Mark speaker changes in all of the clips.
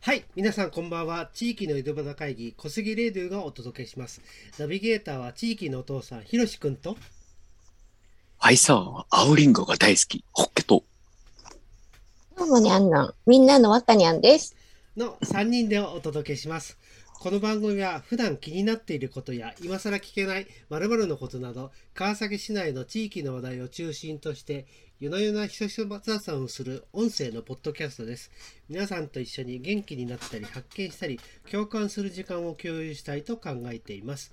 Speaker 1: はい。皆さんこんばんは。地域の井戸端会議、小杉レイドゥがお届けします。ナビゲーターは地域のお父さん、ひろしくんと、
Speaker 2: アイサーは青リンゴが大好き、ホッケと。
Speaker 3: どうもにゃんなん、みんなのわかにゃんです。
Speaker 1: の3人でお届けします。この番組は普段気になっていることや今更聞けない〇〇のことなど川崎市内の地域の話題を中心として夜な夜なひそひそ雑談をする音声のポッドキャストです。皆さんと一緒に元気になったり発見したり共感する時間を共有したいと考えています。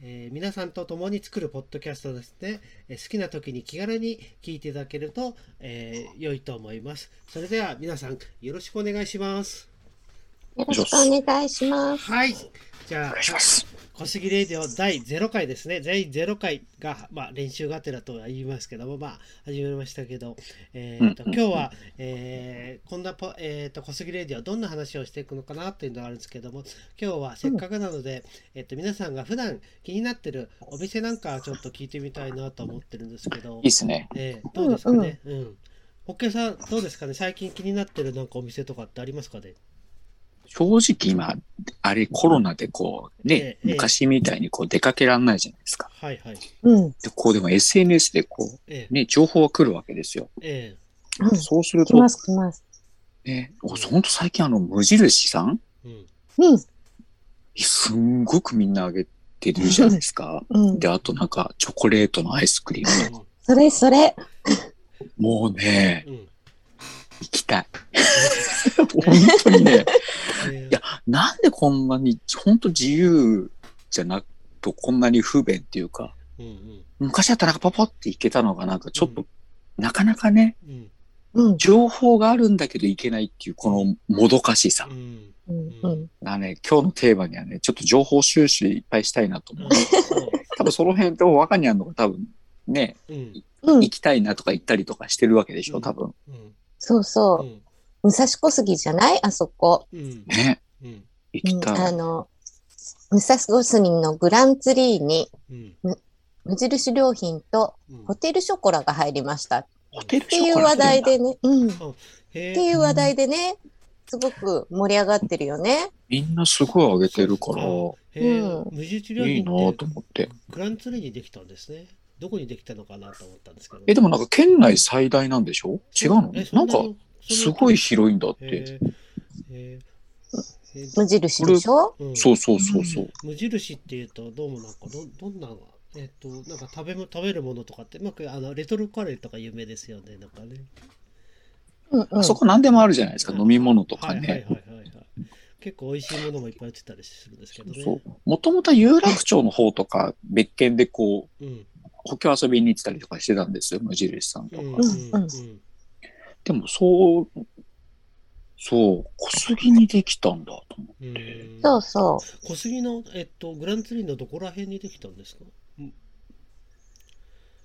Speaker 1: えー皆さんと共に作るポッドキャストですね、えー好きな時に気軽に聞いていただけると、えー良いと思います。それでは皆さんよろしくお願いします。
Speaker 3: よろしくお願いします。
Speaker 1: はい。じゃあ
Speaker 2: お、願いします。
Speaker 1: 小杉レイディオ第0回ですね。第0回が、まあ、練習がてらとは言いますけども、まあ、始めましたけど、えーと
Speaker 2: うんうん
Speaker 1: 今日は、えーこんなポ、えー、と小杉レイディオどんな話をしていくのかなというのがあるんですけども、今日はせっかくなので、えっと皆さんが普段気になってるお店なんかちょっと聞いてみたいなと思ってるんですけど
Speaker 2: いい、っすね。
Speaker 1: えーどうですかね。うん。ホッケさん、どうですかね最近気になってるなんかお店とかってありますかね
Speaker 2: 正直今、あれコロナでこう、ね
Speaker 1: え、え
Speaker 2: 昔みたいにこう出かけられないじゃないですか。
Speaker 1: はいはい。
Speaker 3: うん。
Speaker 2: で、こうでも SNS でこ
Speaker 1: え
Speaker 2: う、ね、情報が来るわけですよ。
Speaker 1: ええ
Speaker 3: うん
Speaker 2: そうする
Speaker 3: 来
Speaker 2: と
Speaker 3: ま、す来ます。
Speaker 2: ね、おほんと最近あの無印さん、
Speaker 1: えうん。
Speaker 3: うん。
Speaker 2: すんごくみんなあげてるじゃないですか。
Speaker 3: うん
Speaker 2: で、。あとなんかチョコレートのアイスクリーム。
Speaker 3: それそれ。
Speaker 2: もうね、
Speaker 1: うん。うん
Speaker 2: 行きたい。本当にね。
Speaker 1: えー
Speaker 2: いやなんでこんなに、ほんと自由じゃなくとこんなに不便っていうか、
Speaker 1: うんうん
Speaker 2: 昔だったらなんかパパって行けたのがなんかちょっと、
Speaker 1: う
Speaker 2: なかなかね、
Speaker 1: うん
Speaker 3: うん。
Speaker 2: 情報があるんだけど行けないっていうこのもどかしさ
Speaker 1: う。ん
Speaker 3: うん。う
Speaker 2: だ
Speaker 3: ん。
Speaker 2: からね、今日のテーマにはね、ちょっと情報収集いっぱいしたいなと思う。多分その辺って若にあるのが多分ね、
Speaker 1: うん
Speaker 3: うん
Speaker 2: 行。きたいなとか行ったりとかしてるわけでしょ、多分。
Speaker 1: うん
Speaker 3: そうそうう。
Speaker 1: ん
Speaker 3: 武蔵小杉じゃないあそこ。
Speaker 1: うん
Speaker 2: ね、
Speaker 1: うん
Speaker 2: 行
Speaker 3: う
Speaker 2: き
Speaker 3: ん。
Speaker 2: た
Speaker 3: あ
Speaker 2: い。
Speaker 3: の、武蔵小杉のグランツリーに
Speaker 1: うん
Speaker 3: 無印良品と
Speaker 1: うん
Speaker 3: ホテルショコラが入りましたっ
Speaker 2: ホテル
Speaker 3: て
Speaker 2: ショ
Speaker 3: いう
Speaker 2: コラ
Speaker 3: 話
Speaker 2: って
Speaker 3: 題
Speaker 2: 言うんだ
Speaker 3: でね。うん。っ
Speaker 1: へ
Speaker 3: て
Speaker 1: ー
Speaker 3: いう話題でね。すごく盛り上がってるよね。
Speaker 2: みんなすごい上げてるか
Speaker 1: へ
Speaker 2: ら、
Speaker 1: ー
Speaker 3: う
Speaker 1: 無印良
Speaker 2: いい
Speaker 1: 品
Speaker 2: なぁ
Speaker 1: って
Speaker 2: と思って。
Speaker 1: グランツリーにできたんですねどこにできたのかなと思ったんですけど
Speaker 2: え、でもなんか県内最大なんでしょ違うの
Speaker 1: えそ
Speaker 2: なん
Speaker 1: な
Speaker 2: か
Speaker 1: の
Speaker 2: すごい広いんだっ
Speaker 1: へ
Speaker 2: て。
Speaker 1: ーへーへー
Speaker 3: 無印でしょ
Speaker 1: うん
Speaker 2: そうそうそうそう。
Speaker 1: 無印っていうとどうもなんかどどんなえっとなんか食べも食べるものとかってまくあのレトルトカレーとか有名ですよねなんかね
Speaker 3: うんうん
Speaker 2: あ。そこ何でもあるじゃないですか。
Speaker 1: うん
Speaker 2: 飲み物とか
Speaker 1: はい
Speaker 2: ね。
Speaker 1: はいはいはいはい。結構美味しいものもいっぱい売ってたりするんですけどね。
Speaker 2: そう。もともと有楽町の方とか、別件でこう、
Speaker 1: うん。
Speaker 2: 補強遊びに行ってたりとかしてたんですよ、無印さんと
Speaker 1: うん。
Speaker 2: か。
Speaker 3: んうん
Speaker 2: でもそう、そう、小杉にできたんだと思
Speaker 1: うん。うん
Speaker 3: そうそう。
Speaker 1: 小杉の、えっと、グランツリーのどこら辺にできたんですか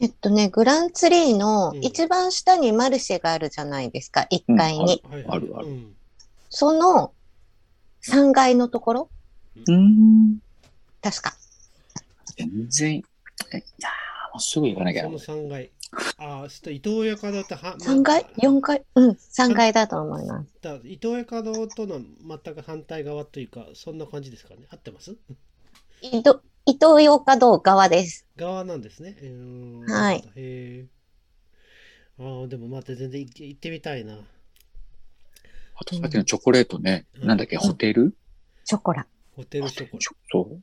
Speaker 3: えっとね、グランツリーの
Speaker 1: うん
Speaker 3: 一番下にマルシェがあるじゃないですか、1階
Speaker 2: うんは
Speaker 3: に。
Speaker 1: はい
Speaker 2: あるある
Speaker 1: うん。
Speaker 3: その3階のところ
Speaker 2: う。うん。
Speaker 3: 確か。
Speaker 2: 全然、えいやー、もうすぐ行かなきゃ
Speaker 1: そ。の3階。ああ、ちょっと伊東屋かっては、
Speaker 3: 3階
Speaker 1: まあ
Speaker 3: ?4 階うん、3階だと思います。
Speaker 1: だ伊東屋か堂との全く反対側というか、そんな感じですかね。合ってます
Speaker 3: 伊東伊東洋華堂側です。
Speaker 1: 側なんですね。うーん
Speaker 3: はい。
Speaker 1: へえ。ああ、でも待って、全然行って行ってみたいな。
Speaker 2: あとさっきのチョコレートね、なんだっけ、ホテル
Speaker 3: ショコラ。
Speaker 1: ホテルショコラ
Speaker 2: ち。ょそう。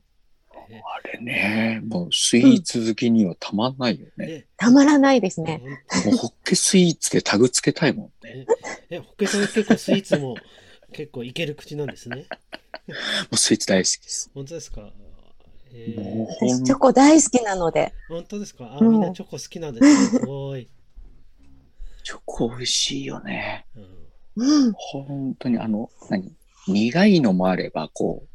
Speaker 1: ね
Speaker 2: あれね、もうスイーツ好きにはたまんないよね。
Speaker 1: ね
Speaker 3: たまらないですね。
Speaker 1: 本
Speaker 2: もうホッケスイーツでタグつけたいもん
Speaker 1: え、
Speaker 2: ね。
Speaker 1: え、ホッケさん結構スイーツも結構いける口なんですね。
Speaker 2: もうスイーツ大好きです。
Speaker 1: 本当ですか。え
Speaker 2: もう
Speaker 1: ー、
Speaker 2: ほ
Speaker 3: 私、
Speaker 2: ん
Speaker 3: チョコ大好きなので。
Speaker 1: 本当ですか。あ、
Speaker 3: うん
Speaker 1: みんなチョコ好きなんですね。すごい。
Speaker 2: チョコ美味しいよね。
Speaker 1: うん。
Speaker 3: うん。
Speaker 2: 本当にあの、何苦いのもあれば、こう、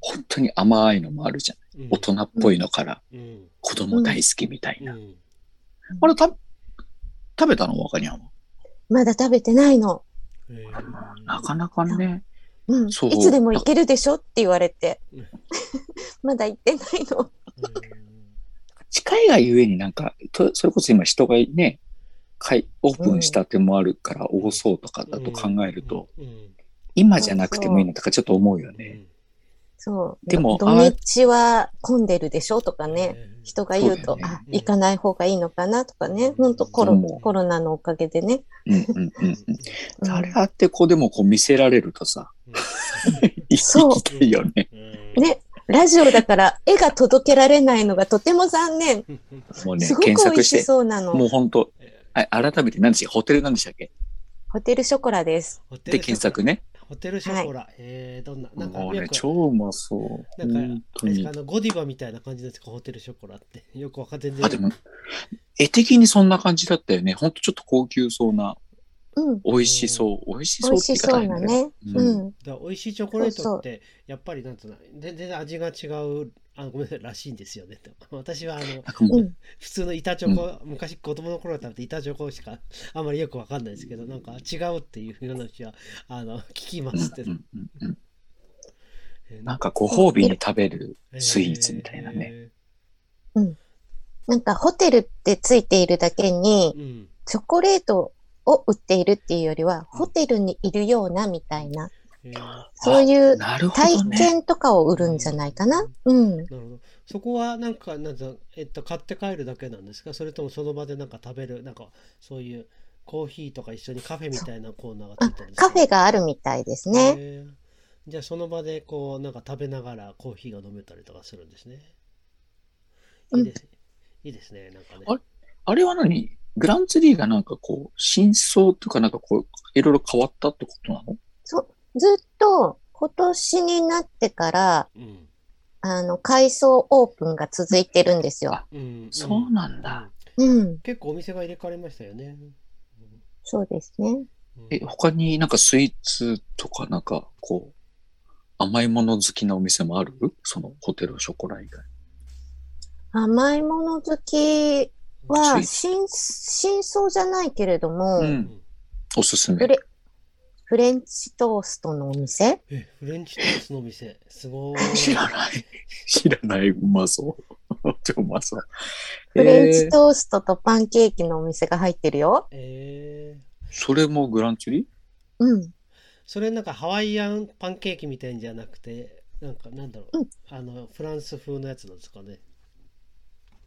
Speaker 2: 本当に甘いのもあるじゃん。
Speaker 1: うん
Speaker 2: 大人っぽいのから
Speaker 1: うん。
Speaker 2: 子供大好きみたいうな。
Speaker 1: ん。
Speaker 2: あれ、た、食べたの若にゃんは。
Speaker 3: まだ食べてないの。
Speaker 1: えー
Speaker 2: なかなかね。
Speaker 3: うん。い
Speaker 2: そう
Speaker 3: つでも行けるでしょって言われて
Speaker 1: うん。
Speaker 3: まだ行ってないの。
Speaker 2: 近いがゆえになんか、とそれこそ今人がね、かいオープンしたてもあるから多そうとかだと考えると、
Speaker 1: うん。
Speaker 2: 今じゃなくてもいいのとかちょっと思うよ
Speaker 1: う
Speaker 2: ね。
Speaker 1: ん
Speaker 3: そう。
Speaker 2: でも
Speaker 3: 土
Speaker 2: あー
Speaker 3: 日は混んでるでしょとかね。人が言う
Speaker 2: そ
Speaker 3: と
Speaker 2: う、だよ
Speaker 3: あ
Speaker 2: ね、
Speaker 3: 行かない方がいいのかなとかね。ほんとコ
Speaker 2: う
Speaker 3: ロ、
Speaker 2: ん
Speaker 3: コロナのおかげでね。
Speaker 2: うんうんうんうん。
Speaker 3: うん
Speaker 2: あれあってこうでもこう見せられるとさ、
Speaker 3: そう
Speaker 2: 行きたいよね。
Speaker 1: うん
Speaker 3: ね、ラジオだから絵が届けられないのがとても残念。
Speaker 2: もうね
Speaker 3: す、ごく美
Speaker 2: 検索
Speaker 3: 味
Speaker 2: し、
Speaker 3: してそうな
Speaker 2: もう
Speaker 3: の。
Speaker 2: 本当あ改めて何でしたっけホテル何でしたっけ
Speaker 3: ホテルショコラです。
Speaker 1: ホテ
Speaker 2: で
Speaker 1: ルショコラ
Speaker 2: 検索ね。
Speaker 1: ホテルショコラ。えーどんな、なんか
Speaker 2: もう
Speaker 1: よ
Speaker 2: ね、
Speaker 1: く
Speaker 2: 超うまそ
Speaker 1: な
Speaker 2: う。
Speaker 1: んか
Speaker 2: 本当
Speaker 1: あれです
Speaker 2: に
Speaker 1: かあ。のゴディバみたいな感じなんですか、ホテルショコラって。よくわかって全
Speaker 2: あ、でも、絵的にそんな感じだったよね。ほんとちょっと高級そうな、
Speaker 3: うん。
Speaker 2: 美味しそう。美味し
Speaker 3: 美
Speaker 2: そう
Speaker 3: 味
Speaker 2: って言
Speaker 3: し
Speaker 2: い方
Speaker 3: そ
Speaker 2: は
Speaker 3: うな
Speaker 2: 変だけど。
Speaker 3: ね。うん。
Speaker 1: だから美味しいチョコレートってやっぱりなんつうの全然味が違うあごめんなさいらしいんですよねと私はあの
Speaker 2: なんかも
Speaker 3: う
Speaker 2: う、
Speaker 3: ん。
Speaker 1: 普通の板チョコ、昔子供の頃食べて板チョコしかあんまりよくわかんないですけどなんか違うっていう話はあの聞きま
Speaker 2: うん
Speaker 1: すって、
Speaker 2: うんうんうん
Speaker 1: えー
Speaker 2: なんかご褒美に食べるスイーツみたいなね。
Speaker 1: え
Speaker 3: なんかホテルってついているだけに
Speaker 1: ー、うん
Speaker 3: チョコレートを売っているっていうよりは、ホテルにいるようなみたいな、
Speaker 1: えーな
Speaker 3: そういう
Speaker 2: なるほ
Speaker 3: 体
Speaker 2: どね。
Speaker 3: 験とかを売るんじゃないかな。うん。
Speaker 1: るほどそこはなんかなんつうのえっと買って帰るだけなんですかそれともその場でなんか食べるなんかそういうコーヒーとか一緒にカフェみたいなコーナーがついてるんですか
Speaker 3: カフェがあるみたいですね。
Speaker 1: へえじゃあその場でこうなんか食べながらコーヒーが飲めたりとかするんですね。
Speaker 3: うん
Speaker 1: いいです,、いいですね。なんかね。
Speaker 2: あれあれは何グランツリーがなんかこう、真相とかなんかこう、いろいろ変わったってことなの
Speaker 3: ずっと今年になってから、
Speaker 1: うん。
Speaker 3: あの、改装オープンが続いてるんですよ。
Speaker 1: うん。
Speaker 2: そうなん
Speaker 1: だ
Speaker 2: だ。
Speaker 3: うん。
Speaker 1: 結構お店が入れ替わりましたよね。
Speaker 3: そうですね。
Speaker 1: うん
Speaker 2: え、他になんかスイーツとかなんかこう、甘いもの好きなお店もあるそのホテルショコラ以外。
Speaker 3: 甘いもの好きは、
Speaker 2: ス
Speaker 3: 新、新装じゃないけれども、
Speaker 2: う。
Speaker 1: うんん
Speaker 2: おすすめ
Speaker 3: フ。レ、フレンチトーストのお店
Speaker 1: えフレンチトーストのお店すごい。
Speaker 2: 知らない。知らない。うまそう。 超うまそう。
Speaker 3: フレンチ
Speaker 2: えー
Speaker 3: トーストとパンケーキのお店が入ってるよ。
Speaker 1: えー
Speaker 2: それもグランツリー
Speaker 3: うん。
Speaker 1: それなんかハワイアンパンケーキみたいんじゃなくてなんかなんだろう、
Speaker 3: うん
Speaker 1: あのフランス風のやつなんですかね。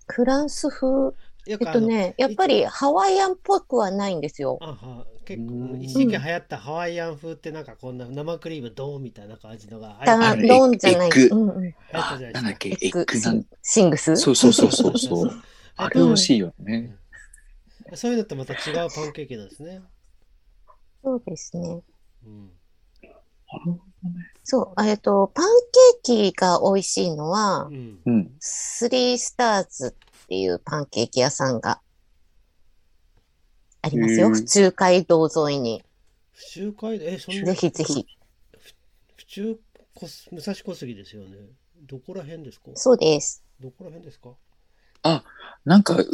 Speaker 3: フランス風。
Speaker 1: よ
Speaker 3: え
Speaker 1: く
Speaker 3: っ
Speaker 1: あ
Speaker 3: と
Speaker 1: の、
Speaker 3: ね、やっぱりハワイアンっぽくはないんですよ。
Speaker 1: あは結
Speaker 2: う
Speaker 1: 構
Speaker 2: ん
Speaker 1: 一時期流行ったハワイアン風ってなんかこんな生クリームドーンみたいな感じのが流行っ
Speaker 3: た
Speaker 1: た
Speaker 3: だ、
Speaker 2: あれ
Speaker 3: ロンじゃない。
Speaker 2: エッグ
Speaker 3: うんうん。
Speaker 1: 流行っ
Speaker 2: あ
Speaker 1: たじゃない
Speaker 2: な
Speaker 1: です
Speaker 2: んだっ
Speaker 1: か。
Speaker 2: け
Speaker 3: エ
Speaker 2: エ
Speaker 3: ッグ
Speaker 2: ッグ
Speaker 3: シ
Speaker 2: な
Speaker 3: ン
Speaker 2: ん
Speaker 3: シングス
Speaker 2: そうそうそうそ うそう。あれ美味しいよね。
Speaker 1: うんそういうのとまた違うパンケーキなんですね。
Speaker 3: そうですね。
Speaker 1: うん
Speaker 3: そう。えっと、パンケーキが美味しいのは
Speaker 1: う、ん
Speaker 2: うん。
Speaker 3: スリースターズっていうパンケーキ屋さんがあります
Speaker 2: へ
Speaker 3: よ。
Speaker 2: ー
Speaker 3: 府中街道沿いに。
Speaker 1: 府中街道えそんな
Speaker 3: ぜひぜひ。
Speaker 1: 府中こす武蔵小杉ですよね。どこら辺ですか。
Speaker 3: そうです。
Speaker 1: どこら辺ですか。
Speaker 2: なんか、う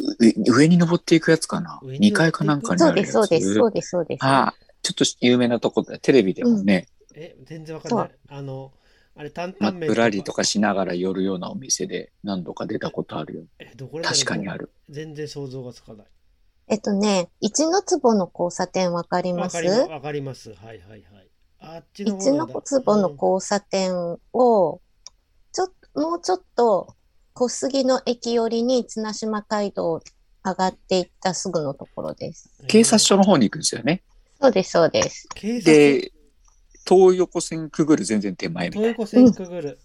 Speaker 2: 上に登っていくやつかな
Speaker 1: 上に登っていく
Speaker 2: ?2 階かなんかに
Speaker 3: そう
Speaker 2: ある
Speaker 3: で
Speaker 2: や
Speaker 3: す、
Speaker 2: つ。
Speaker 3: そうです、そうです、そうです。
Speaker 2: ああ、ちょっと有名なとこだ。テレビでもね、
Speaker 1: え全然わかんない。あのあれ担
Speaker 2: まあ
Speaker 1: 々麺
Speaker 2: ぶらりとかしながら寄るようなお店で何度か出たことあるよ。
Speaker 1: えどこら辺
Speaker 2: 確かにあ
Speaker 1: る。
Speaker 2: る。
Speaker 1: 全然想像がつかない。
Speaker 3: えっとね、一の坪の交差点わかりま
Speaker 1: わ
Speaker 3: す
Speaker 1: かりまわかります。はいはいはい。あっちの
Speaker 3: 一
Speaker 1: 方な
Speaker 3: の
Speaker 1: んだ
Speaker 3: 坪の交差点を、ちょっと、もうちょっと、小杉の駅寄りに綱島街道を上がっていったすぐのところです。
Speaker 1: うん
Speaker 2: 警察署の方に行くんですよね。
Speaker 3: そうです、そうです。
Speaker 1: 警察
Speaker 2: で、東横線くぐる全然手前みたい
Speaker 1: 東
Speaker 2: な。
Speaker 1: 横線くぐる。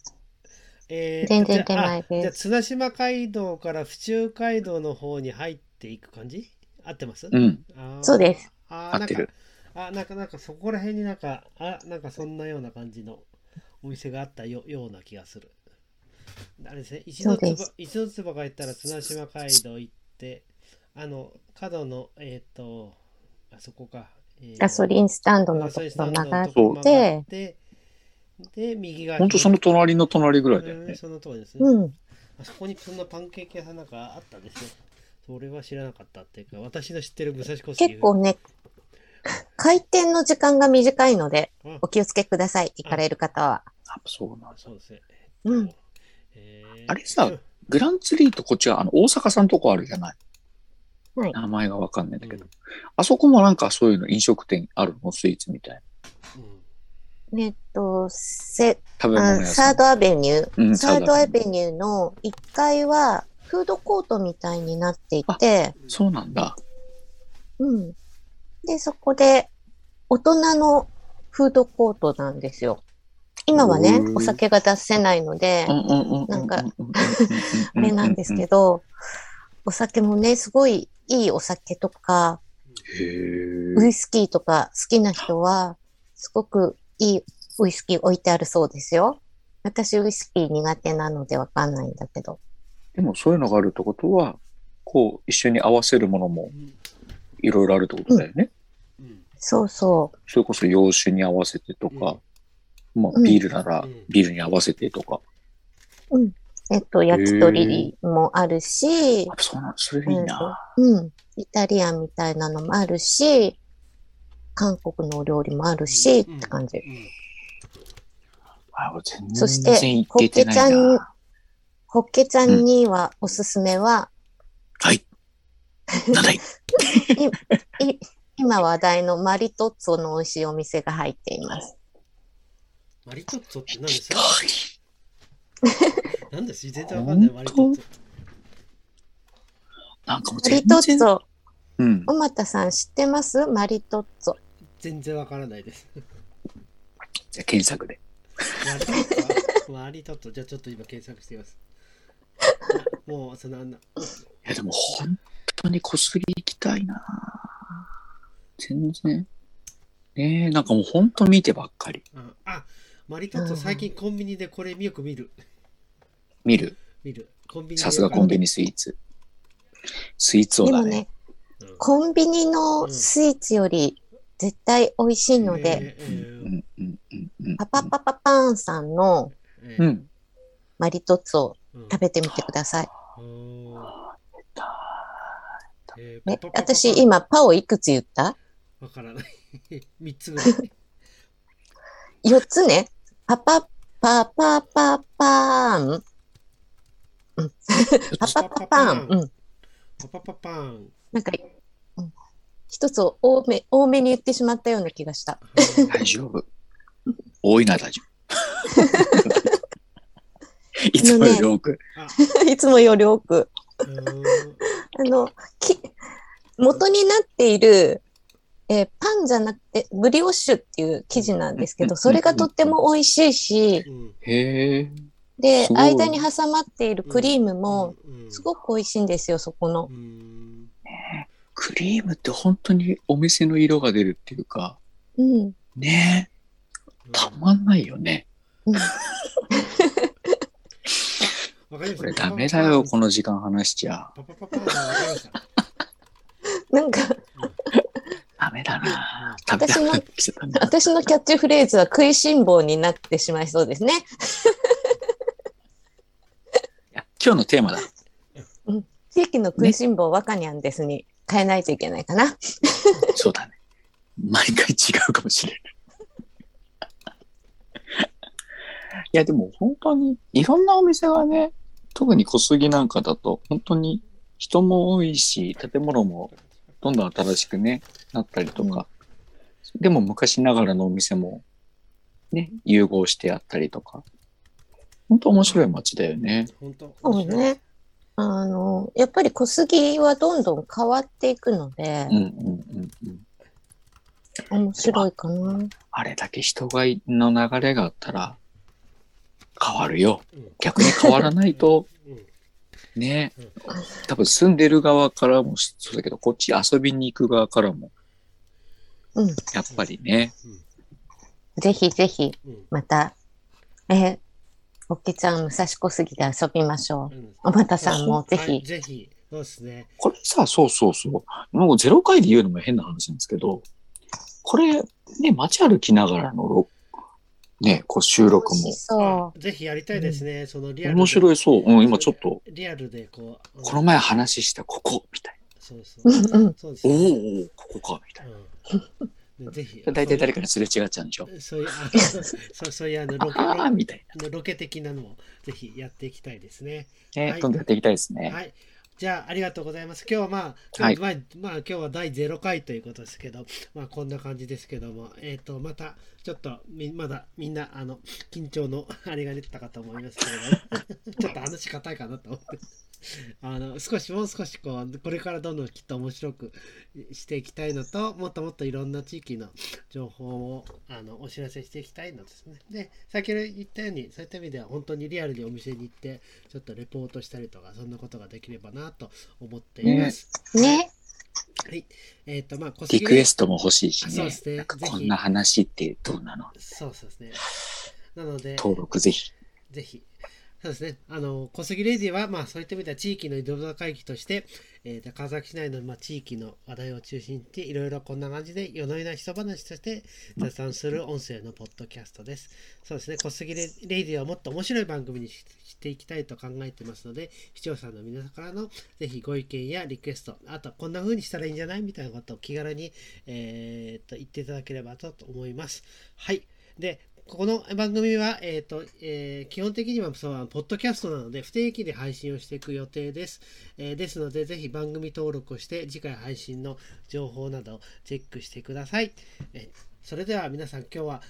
Speaker 1: えー
Speaker 3: 全然手
Speaker 1: じゃあ
Speaker 3: 前
Speaker 1: あじゃあ、
Speaker 3: です。
Speaker 1: 綱島街道から府中街道の方に入っていく感じ合ってます、
Speaker 2: うん、
Speaker 1: あー
Speaker 3: そうです。
Speaker 1: あー
Speaker 2: 合ってる。
Speaker 1: なんか、あなんか、なんかそこら辺になんか、あなんかそんなような感じのお店があったよような気がする。あれですね、一の
Speaker 3: そうで
Speaker 1: 坪
Speaker 3: す
Speaker 1: 一の坪が行ったら綱島街道行って、あの、角の、えっ、と、あそこか。えー
Speaker 3: ガソリンスタンドの
Speaker 1: ガ
Speaker 3: と
Speaker 1: ソ
Speaker 3: こ
Speaker 1: リンスタ
Speaker 3: ろ
Speaker 1: ンドの
Speaker 3: 曲がっ
Speaker 1: とこ曲が
Speaker 3: て
Speaker 1: っ、て、で、右が。
Speaker 2: ほんとその隣の隣ぐらいだよ
Speaker 1: うん
Speaker 2: ね。
Speaker 1: その通りですね。
Speaker 3: うん。
Speaker 1: あそこにそんなパンケーキ屋さんなんかあったんですよ。それは知らなかったっていうか、私の知ってる武蔵小杉。
Speaker 3: 結構ね、回転の時間が短いので、
Speaker 1: うん
Speaker 3: お気をつけください。行かれる方は。
Speaker 2: あそうなんです。
Speaker 1: そうですね。
Speaker 3: うん
Speaker 1: えー
Speaker 2: あれさグランツリーとこっちはあの大阪さんとこあるじゃない。
Speaker 3: はい
Speaker 2: 名前がわかんないんだけど、
Speaker 1: う
Speaker 2: あそこもなんかそういうの飲食店あるのスイーツみたいな。
Speaker 1: んうん
Speaker 3: えっと、せ
Speaker 2: 食べ物
Speaker 3: あ
Speaker 2: 屋
Speaker 3: サ
Speaker 2: さ
Speaker 3: ー
Speaker 2: ん。
Speaker 3: ドアベニュー、
Speaker 2: うん
Speaker 3: サードアベ
Speaker 2: ュー。
Speaker 3: ニューの1階はフードコートみたいになっていて、
Speaker 2: そうなんだ。
Speaker 3: うん。で、そこで大人のフードコートなんですよ。今はね
Speaker 2: う、ん
Speaker 3: お酒が出せないので
Speaker 2: う、んうんうんうう
Speaker 3: なんか
Speaker 2: うううう
Speaker 3: あれなんですけど、お酒もね、すごいいいお酒とか、
Speaker 2: うんうんうん。
Speaker 3: ウ
Speaker 2: へ
Speaker 3: イスキーとか好きな人は、すごくいいウイスキー置いてあるそうですよ。私ウイスキー苦手なのでわかんないんだけど。
Speaker 2: え。でもそういうのがあるってことは、こう、一緒に合わせるものもいろいろあるってことだよね。
Speaker 3: そうそう。
Speaker 2: それこそ洋酒に合わせてとか、ま
Speaker 3: う
Speaker 2: あ
Speaker 3: ん
Speaker 2: ビールなら
Speaker 1: うん
Speaker 2: ビールに合わせてとか。
Speaker 3: えっと、焼き鳥もあるし
Speaker 2: あ、そうなん、それいいな。
Speaker 3: うん、イタリアンみたいなのもあるし、韓国のお料理もあるし、
Speaker 1: うん
Speaker 3: って感じ。
Speaker 2: あ、俺全
Speaker 3: そして
Speaker 2: 然いけてない
Speaker 3: ホッケちゃん
Speaker 2: な。
Speaker 3: ホッケちゃんにはおすすめは、
Speaker 2: はい。 なんだい。
Speaker 3: い今話題のマリトッツォの美味しいお店が入っています。
Speaker 1: マリトッツォって何
Speaker 2: 行
Speaker 1: で
Speaker 2: き
Speaker 1: す
Speaker 2: た
Speaker 1: か
Speaker 2: い。
Speaker 1: 何です全然わかんない。マリトッツォ。
Speaker 2: なんかもう
Speaker 3: マ
Speaker 2: 全
Speaker 3: リトッ
Speaker 2: 然
Speaker 3: ツ。ォ、
Speaker 2: うん。
Speaker 3: 小俣さん知ってますマリトッツォ。
Speaker 1: 全然わからないです。
Speaker 2: じゃあ検索で。
Speaker 1: マリトッツォ。マリトッツォ。じゃあちょっと今検索してみます。あもうそのあんな。
Speaker 2: いや、でも本当に小杉行きたいな。全然。ねえ、なんかもう本当見てばっかり。
Speaker 1: ああ、マリトッツォ最近コンビニでこれよく見る。
Speaker 2: 見る。
Speaker 1: 見る。コンビニで
Speaker 2: さすがコンビニスイーツ。スイーツを
Speaker 3: で
Speaker 2: だ
Speaker 3: も
Speaker 2: ね。
Speaker 3: ね、
Speaker 1: うん
Speaker 3: コンビニのスイーツより絶対美味しいので、
Speaker 1: えー
Speaker 2: うんうんうんうん。
Speaker 3: パパパパパーンさんの
Speaker 1: えーえ
Speaker 2: う
Speaker 1: ー
Speaker 2: ん。
Speaker 3: マリトッツォを
Speaker 1: うん
Speaker 3: 食べてみてください。
Speaker 1: おーえー
Speaker 3: ね
Speaker 1: パパ、パパ
Speaker 3: 私今パをいくつ言った
Speaker 1: わからない。 三つぐらい。
Speaker 3: ?4 つね。パパ、パパパパーン。パパパパーン。うん。
Speaker 1: パパパパーン。
Speaker 3: なんか、うん一つを多め、多めに言ってしまったような気がした。
Speaker 2: 大丈夫。多いな、大丈夫。いつもより多く。
Speaker 3: いつもより多く。
Speaker 1: うーん
Speaker 3: あの、き、元になっている、えーパンじゃなくて、ブリオッシュっていう生地なんですけど、それがとっても美味しいし、
Speaker 1: うん
Speaker 2: へえ。
Speaker 3: で
Speaker 2: そ、う
Speaker 3: 間に挟まっているクリームも、
Speaker 1: うん
Speaker 3: すごく美味しいんですよ、そこの
Speaker 1: う。ん
Speaker 2: クリームって本当にお店の色が出るっていうか、
Speaker 3: うん。
Speaker 2: ねえ、たまんないよね。
Speaker 1: わかりました
Speaker 2: これダメだよ、この時間話しちゃ。
Speaker 1: パパパパーンわかりました。
Speaker 3: なんか、
Speaker 2: ダメだな。
Speaker 1: うん
Speaker 2: 食べた
Speaker 3: 私も
Speaker 2: くなってきちゃったな。
Speaker 3: 私のキャッチフレーズは食いしん坊になってしまいそうですね。
Speaker 2: いや今日のテーマだ。
Speaker 3: 地域の食いしん坊若にゃんですに変えないといけないかな。
Speaker 2: そうだね。毎回違うかもしれない。いや、でも本当にいろんなお店がね、特に小杉なんかだと、本当に人も多いし、建物もどんどん新しくね、なったりとか、でも昔ながらのお店もね、融合してあったりとか、本当面白い街だよね。
Speaker 1: 本当。
Speaker 3: そうね。あの、やっぱり小杉はどんどん変わっていくので
Speaker 2: うん、うんうんうん。
Speaker 3: 面白いかな。
Speaker 2: あれだけ人がいの流れがあったら変わるよ。
Speaker 1: うん。
Speaker 2: 逆に変わらないと
Speaker 1: うん
Speaker 2: ね
Speaker 1: うん、
Speaker 2: 多分住んでる側からもそうだけど、こっち遊びに行く側からも、
Speaker 3: うん。
Speaker 2: やっぱりね、
Speaker 3: ぜひぜひ、
Speaker 1: うん
Speaker 3: また、えー、ホッケちゃん、武蔵小杉で遊びましょ
Speaker 1: うん
Speaker 3: う。おまたさんもぜ
Speaker 1: はい
Speaker 3: ひ。
Speaker 1: ぜひ。そうですね。
Speaker 2: これさ、そうそうそう、もうゼロ回で言うのも変な話なんですけど、これ、ね、街歩きながらのろ、ね、こう収録
Speaker 3: 美味
Speaker 2: も
Speaker 3: し、そ。
Speaker 1: ぜひやりたいですね。そのリアルで。
Speaker 2: 面白いそう、うん、今ちょっと、
Speaker 1: リアルでこう。うん
Speaker 2: この前話したここ、みたいな。
Speaker 1: そうそうう。
Speaker 3: うんうん。
Speaker 1: そうです
Speaker 2: お
Speaker 1: ね。
Speaker 2: ーおーここか、みたい
Speaker 1: うん。ぜひ。
Speaker 2: な。大体誰かにすれ違っちゃうんでしょ。
Speaker 1: そういう、あそうそういうあのロケ
Speaker 2: ああ、みたい
Speaker 1: ロケ的なのもぜひやっていきたいですね。
Speaker 2: な。ね、
Speaker 1: はい
Speaker 2: どんどんやっていきたいですね。
Speaker 1: はい。じゃあ、ありがとうございます。今日はまあ、
Speaker 2: はい
Speaker 1: まあ、まあ、今日は第0回ということですけど、まあ、こんな感じですけども、えっ、と、また、ちょっと、み、まだ、みんな、あの、緊張の、 あれが出てたかと思いますけれども、 ちょっと話硬いかなと思って、あの、少し、もう少し、こう、これからどんどんきっと面白くしていきたいのと、もっともっといろんな地域の情報を、あの、お知らせしていきたいのですね。で、先ほど言ったように、そういった意味では、本当にリアルにお店に行って、ちょっとレポートしたりとか、そんなことができればなと思っています。
Speaker 3: ね。
Speaker 1: えっ、と、まあ、小
Speaker 2: リクエ
Speaker 1: ス
Speaker 2: ストも欲しいし
Speaker 1: そう
Speaker 2: ね
Speaker 1: で。すね
Speaker 2: なんか
Speaker 1: ぜひ
Speaker 2: こんな話ってどうなの
Speaker 1: そうそうですね。なので、
Speaker 2: 登録ぜひ。
Speaker 1: ぜひ。そうですね。あの、小杉レディは、まあ、そういった意味では地域の移動会議として、えー、川崎市内の、まあ、地域の話題を中心に、いろいろこんな感じで、世のような人話として雑談する音声のポッドキャストです。そうですね。小杉レレディはもっと面白い番組にししていきたいと考えてますので、視聴者の皆さんからの、ぜひご意見やリクエスト、あと、こんな風にしたらいいんじゃないみたいなことを気軽に、えー、と、言っていただければと思います。はい。で、ここの番組は、えーとえー基本的にはそうポッドキャストなので不定期で配信をしていく予定です。えーですので、ぜひ番組登録をして次回配信の情報などをチェックしてください。えーそれでは皆さん今日は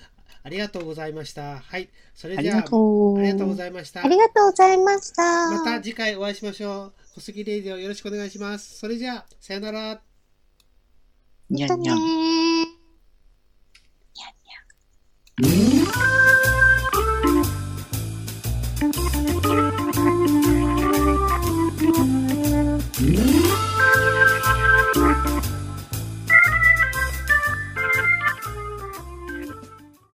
Speaker 1: ありがとうございました。はい。それじ
Speaker 2: あり
Speaker 1: ゃあ、
Speaker 2: がとう。
Speaker 1: ありがとうございました。
Speaker 3: ありがとうございました。
Speaker 1: また次回お会いしましょう。小杉レイディオよろしくお願いします。それじゃあ、さよなら。
Speaker 2: にゃ
Speaker 3: また
Speaker 2: んにゃん。
Speaker 3: ね。
Speaker 2: うん